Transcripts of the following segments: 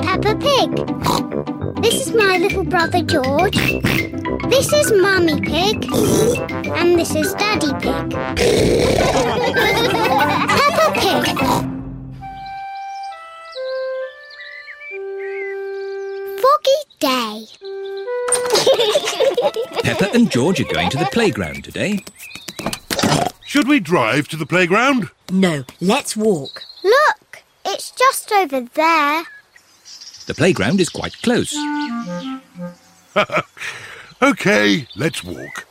Pig. This is my little brother George. This is Mummy Pig. And this is Daddy Pig. Peppa Pig. Foggy day. Pepper and George are going to the playground today. Should we drive to the playground? No, let's walk. Look, it's just over there. The playground is quite close. Okay, let's walk.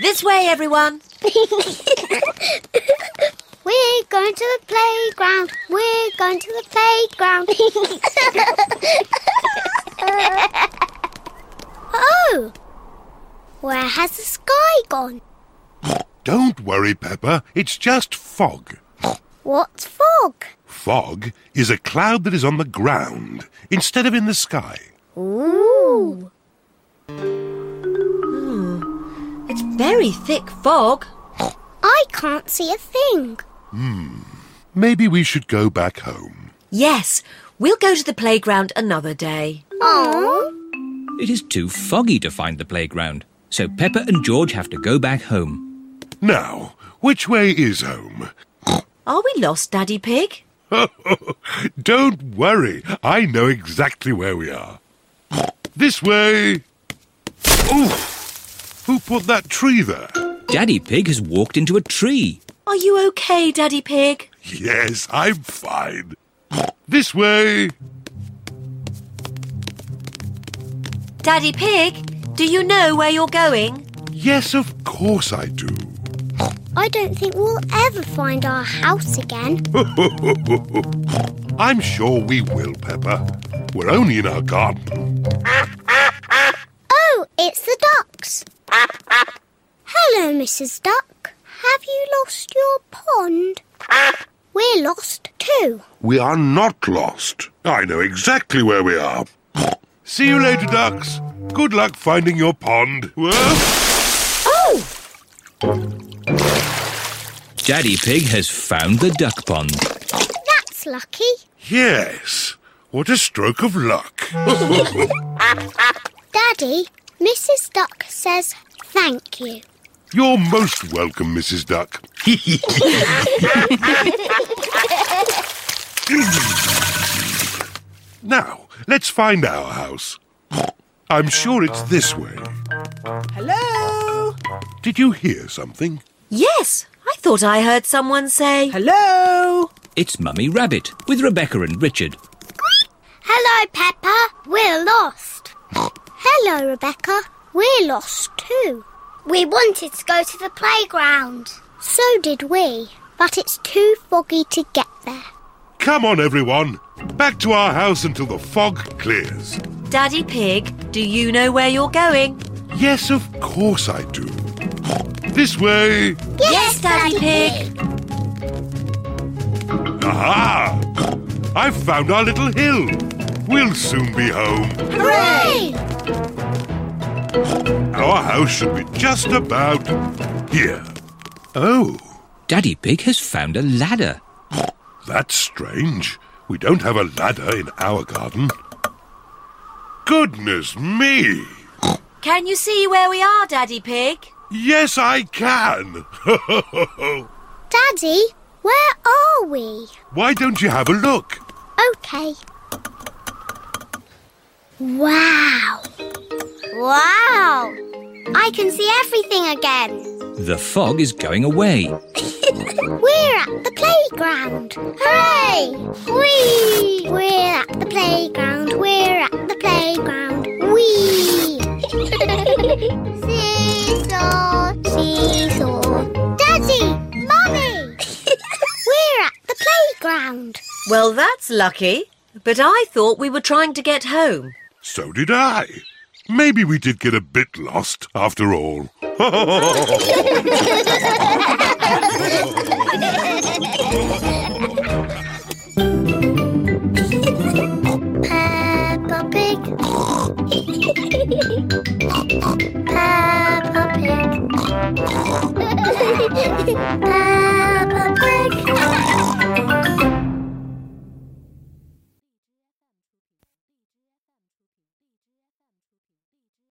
This way, everyone. We're going to the playground. We're going to the playground. oh, where has the sky gone? Don't worry, Pepper, it's just fog. What's fog? Fog is a cloud that is on the ground instead of in the sky. Ooh. It's very thick fog. I can't see a thing. Maybe we should go back home. Yes, we'll go to the playground another day. Oh, It is too foggy to find the playground, so Pepper and George have to go back home. Now, which way is home? Are we lost, Daddy Pig? Don't worry, I know exactly where we are. This way. Oof! Who put that tree there? Daddy Pig has walked into a tree. Are you okay, Daddy Pig? Yes, I'm fine. This way. Daddy Pig, do you know where you're going? Yes, of course I do. I don't think we'll ever find our house again. I'm sure we will, Pepper. We're only in our garden. Oh, it's the ducks. Hello, Mrs. Duck. Have you lost your pond? We're lost too. We are not lost. I know exactly where we are. See you later, ducks. Good luck finding your pond. Whoa. Oh, Daddy Pig has found the duck pond. that's lucky. Yes. What a stroke of luck. Daddy, Mrs. Duck says thank you. You're most welcome, Mrs. Duck. now, let's find our house. I'm sure it's this way. Hello? Did you hear something? Yes, I thought I heard someone say. Hello? It's Mummy Rabbit with Rebecca and Richard. Hello, Peppa. We're lost. Hello, Rebecca. We're lost too. We wanted to go to the playground. So did we, but it's too foggy to get there. Come on, everyone. Back to our house until the fog clears. Daddy Pig, do you know where you're going? Yes, of course I do. This way. Yes, Daddy Pig. Aha! I've found our little hill. We'll soon be home. Hooray! Our house should be just about here. Oh, Daddy Pig has found a ladder. that's strange. We don't have a ladder in our garden. Goodness me! Can you see where we are, Daddy Pig? Yes, I can! Daddy, where are we? Why don't you have a look? Okay. Wow. Wow. I can see everything again. The fog is going away. We're at the playground. Hooray! Whee! We're at the playground. We're at the playground. Whee! seesaw, seesaw. Daddy! Mummy! We're at the playground. Well, that's lucky. But I thought we were trying to get home. So did I. Maybe we did get a bit lost after all.